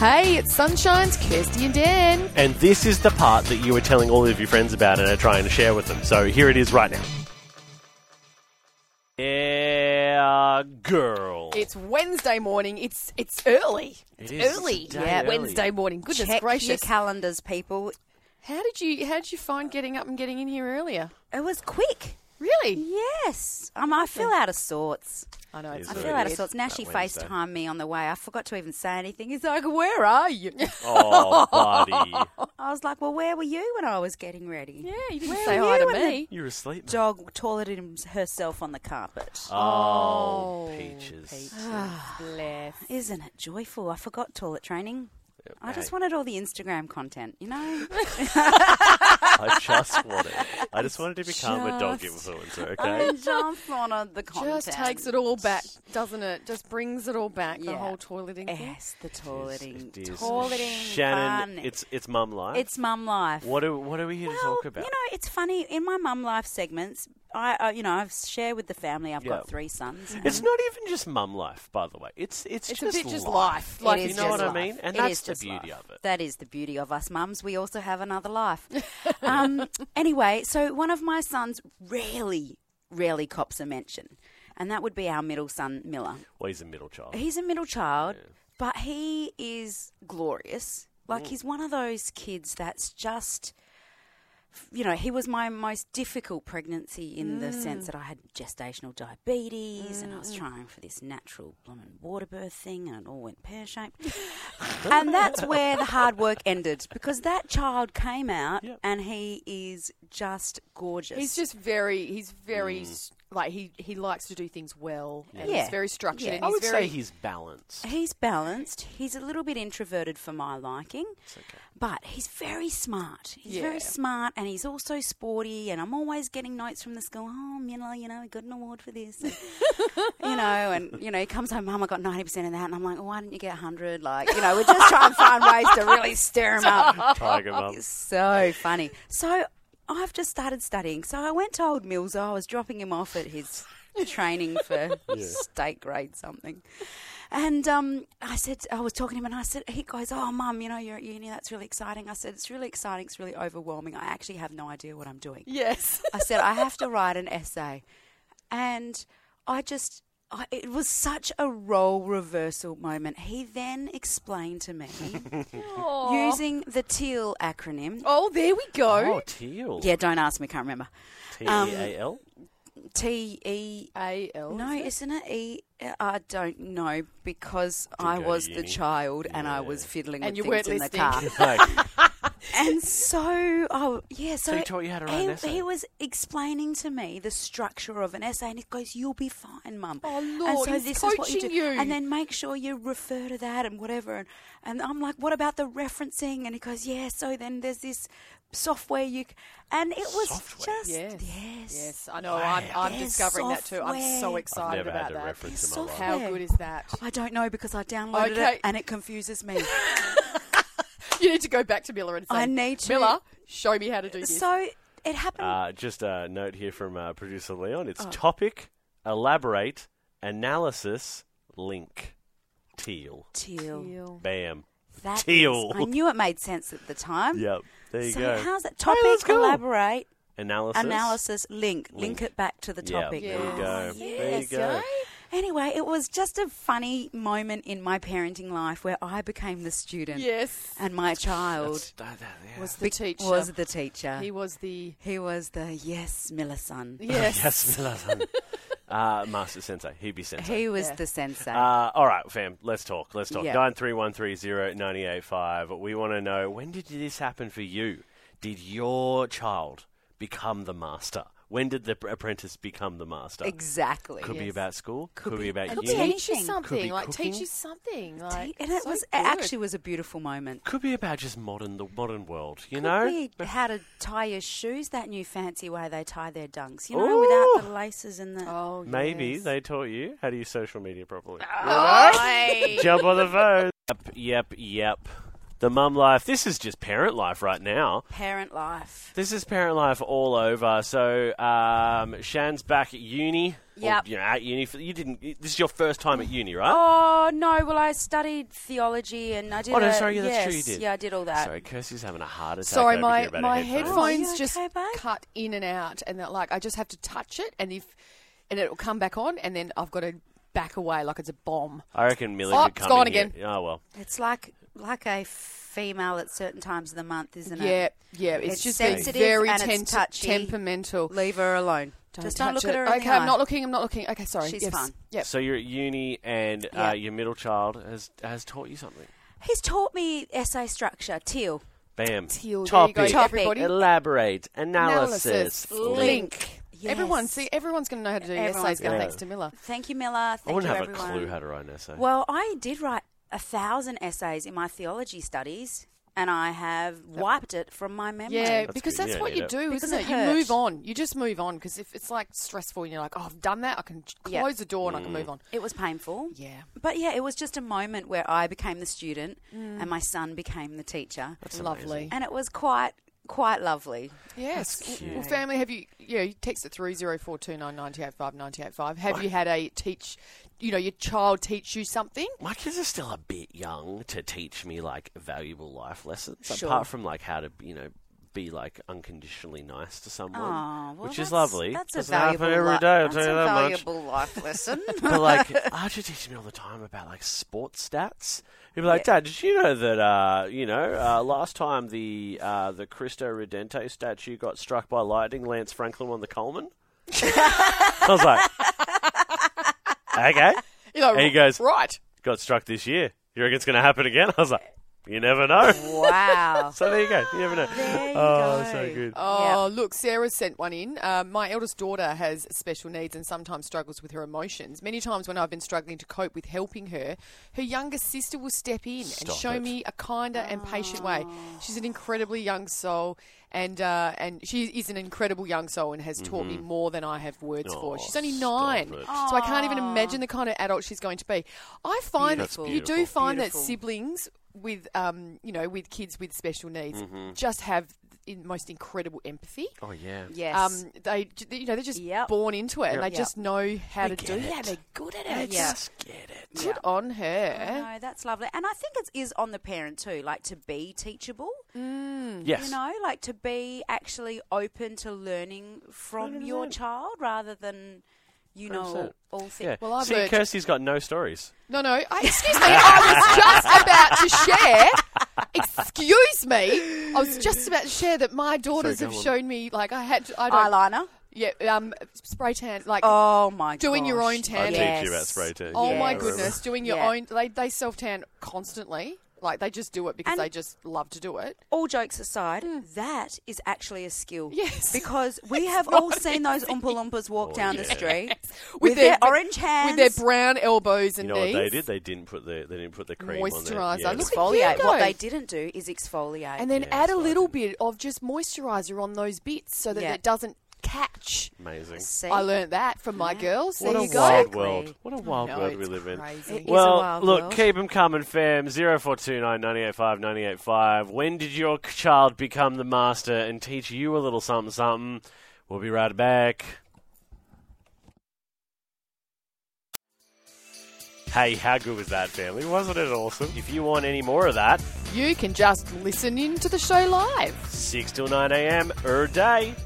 Hey, it's Sunshine's Kirsty and Dan. And this is the part that you were telling all of your friends about and are trying to share with them. So here it is right now. Yeah, girl. It's Wednesday morning. It's it's early. It It's early. It's a day Yeah, early. Wednesday morning. Goodness Check your gracious. calendars, people. how did you how did you find getting up and getting in here earlier? It was quick. Really? Yes, um, I feel out of sorts. I know. It's Is I So feel it out of is sorts. Now that she Wednesday. FaceTimed me on the way. I forgot to even say anything. He's like, "Where are you?" Oh, buddy. I was like, "Well, where were you when I was getting ready?" yeah, you didn't Where say were hi you to when me. You're asleep. mate. Dog toileted him- herself on the carpet. Oh, peaches. Bless. Isn't it joyful? I forgot toilet training. I just hey. wanted all the Instagram content, you know. I just want it. I just wanted to become a dog influencer, I okay? just wanted the content. Just takes it all back, doesn't it? Just brings it all back. The Yeah. whole toileting. thing. Yes, the toileting, It is toileting, Shannon, fun. it's it's mum life. It's mum life. what are what are we here to talk Well, about? You know, it's funny in my mum life segments. I, I you know, I've shared with the family. I've Yeah. got three sons. it's not even just mum life, by the way. It's it's, It's a just bit just life. life. Life It is you know just what life. I mean? And It that's is the just beauty life. of it. That is the beauty of us mums. We also have another life. um, anyway, so one of my sons rarely, rarely cops a mention, and that would be our middle son Miller. Well, he's a middle child. He's a middle child, but he is glorious. Mm. Like he's one of those kids that's just you know, he was my most difficult pregnancy in the Mm. sense that I had gestational diabetes and I was trying for this natural blooming water birth thing and it all went pear shaped. and that's where the hard work ended because that child came out Yep. and he is just gorgeous. He's just very. He's very Mm. s like he he likes to do things well, and he's Yeah. very structured. Yeah. And I he's would very, say he's balanced. He's balanced. He's a little bit introverted for my liking, but he's very smart. He's Yeah. very smart, and he's also sporty. And I'm always getting notes from the school. Oh, you know, you know, he got an award for this. And, you know, and you know, he comes home, Mum, I got ninety percent of that, and I'm like, well, why didn't you get hundred? Like, you know, we're just trying to find ways to really stir him up. Tiger mum. It's so funny. So I've just started studying. So I went to old Mills. I was dropping him off at his training for state grade something. And um, I said, I was talking to him, and I said, he goes, "Oh, mum, you know, you're at uni. That's really exciting." I said, "It's really exciting. It's really overwhelming. I actually have no idea what I'm doing." yes. I said, I have to write an essay. And I just, I, it was such a role reversal moment. He then explained to me using the TEAL acronym. Oh, there we Oh, go. teal. Yeah, don't ask me, can't remember. T E A L. T E. A L. No, isn't it E? I don't know because I go to was the uni. child and I was fiddling And with you weren't things in listening. the car. Like, And so, oh yeah, so, he taught you how to write an he, essay? he was explaining to me the structure of an essay, and he goes, "You'll be fine, Mum." Oh, and Lord, so he's this is what you do, coaching you. and then make sure you refer to that and whatever. And, and I'm like, "What about the referencing?" And he goes, "Yeah." So then there's this software you, c-. and it was Software? just Yes. yes, Yes, I know. I'm, I'm There's discovering that too. I'm so software. I've excited never had about a that. reference in my Soft life. How Yeah. good is that? I don't know because I downloaded Okay. it and it confuses me. You need to go back to Miller and say, I need to- Miller, show me how to do this. so it happened. Uh, just a note here from uh, producer Leon. It's topic, elaborate, analysis, link, teal. teal. Bam. That is- Teal. I knew it made sense at the time. Yep. There you Um, so go. how's that Hey, topic? let's go. Elaborate. Analysis. Analysis. Link. link. Link. it back to the Yeah, topic. there you go. there you Yes, go. eh? Anyway, it was just a funny moment in my parenting life where I became the student Yes. and my child That's- that- that- yeah. Was the be- teacher. was the teacher. he was the. He was the yes Miller son. Yes. Yes, Milan. uh, Master Sensei. He be Sensei. He was Yeah. the sensei. Uh, all right, fam. Let's talk. Let's talk. Yeah. Nine three one three zero ninety eight five. We want to know when did this happen for you? Did your child become the master? When did the pr- apprentice become the master? exactly. Could be Yes. about school. Could, Could be, be- about Could Could uni. be teach you anything. Could something. be Like, teach cooking. you something. Like, and it so was it good. actually was a beautiful moment. Could be about just modern the modern world. You know. We how to tie your shoes that new fancy way they tie their dunks, you know, without the laces and the Oh, Maybe yes. they taught you how to use social media properly. Oh, hey. Jump on the phone. Yep, yep, yep. the mum life. This is just parent life right now. Parent life. This is parent life all over. So um, Shan's back at uni. or, Yep. you know, at uni. For, you didn't. This is your first time at uni, right? Oh no! Well, I studied theology and I did. Oh, no, a- sorry, yeah, that's true, you yes, did. Yeah, I did all that. Sorry, Kirsty's having a heart attack. Sorry, over here my, about her my headphones. headphones Oh, you just okay, babe? cut in and out, and that like I just have to touch it, and if and it'll come back on, and then I've got to back away like it's a bomb. I reckon Millie Oh, could it's come gone in here- again. Oh well. It's like like a female at certain times of the month, isn't Yeah, it? yeah, it's, It's just sensitive been very and it's temp- touchy. temperamental. Leave her alone. Don't Just don't touch look at it. her. in Okay, the I'm eye. not looking. I'm not looking. Okay, sorry. She's yes. fine. Yep. So you're at uni, and uh, Yeah. your middle child has has taught you something. He's taught me essay structure. Teal. Bam. Teal, there you Topic. go, Topic. everybody. Elaborate. Analysis. Analysis. Link. Yes. Everyone, see, everyone's going to know how to do Everyone's essays now, gonna- thanks to Miller. Thank you, Miller. Thank I wouldn't you, have everyone. a clue how to write an essay. Well, I did write a thousand essays in my theology studies, and I have wiped it from my memory. Yeah, because good. that's Yeah, what yeah. you do, Because isn't it? it You hurt. move on. You just move on because if it's like stressful and you're like, oh, I've done that, I can j- Yeah. close the door and I can move Mm. on. It was painful. Yeah. But yeah, it was just a moment where I became the student Mm. and my son became the teacher. Lovely. And it was quite quite lovely. Yes. cute. Well, family, have you, yeah, you text at 304299985985. Have you had a teach, you know, your child teach you something? my kids are still a bit young to teach me like valuable life lessons Sure. apart from like how to you know be like unconditionally nice to someone Oh, well, which that's, is lovely That's Doesn't a valuable happen every li- day i'll that's tell you a that much valuable life lesson. but like Archie teaches me all the time about like sports stats. He'd be like, Dad, did you know that uh, you know uh, last time the uh, the Cristo Redente statue got struck by lightning? Lance Franklin won the Coleman. I was like, okay, You know, And he goes- right. got struck this year. You reckon it's going to happen again? I was like, you never know. wow. So there you go. You never know. There you oh, go. so good. Oh, look, Sarah sent one in. Uh, my eldest daughter has special needs and sometimes struggles with her emotions. Many times when I've been struggling to cope with helping her, her younger sister will step in Stop and show it. me a kinder and patient way. She's an incredibly young soul. And uh, and she is an incredible young soul and has taught me more than I have words Oh, for. She's only Mm-hmm. stop nine, it. so I can't even imagine the kind of adult she's going to be. I find Beautiful. you do Beautiful. find Beautiful. that siblings with um, you know with kids with special needs just have the most incredible empathy. Oh yeah. Yes. Um, they j- you know they're just Yep. born into it and they Yep. just know how to do get it. that. They're good at I it. Yeah. just get it. Good on her. Oh, no, that's lovely. And I think it is on the parent too, like to be teachable. Mm, Yes. You know, like to be actually open to learning from your child rather than you know 100%. all things. Yeah. Well, I've See, learnt- Kirsty's got no stories. No, no. I, excuse me. I was just about to share. Excuse me. I was just about to share that my daughters Sorry, go have on. shown me like I had. To, I don't. Eyeliner. yeah. Um, spray tan. Like Oh my god. Doing your own I And- teach you about spray tan. Oh Yeah, my I remember. goodness, doing your Yeah. own they they self tan constantly. Like they just do it because And- they just love to do it. All jokes aside, that is actually a skill. Hmm. Yes. Because we have all seen those Oompa Loompas walk Oh, down yeah. the street with, their, orange hands. with their brown elbows and You know what knees. they did? They didn't put the they didn't put the cream on Moisturiser. there. Look they- at you exfoliate. go. What they didn't do is exfoliate. And then Yeah, add a so I little didn't. bit of just moisturizer on those bits so that Yeah. it doesn't catch. amazing. See? I learnt that from my girls. What There a you go. wild Exactly. world! What a wild No, world it's we live crazy. in. It is a Well, wild look, world. keep them coming, fam. Zero four two nine ninety eight five ninety eight five. When did your k- child become the master and teach you a little something something? We'll be right back. Hey, how good was that, family? Wasn't it awesome? If you want any more of that, You can just listen in to the show live. six till nine a.m. er day.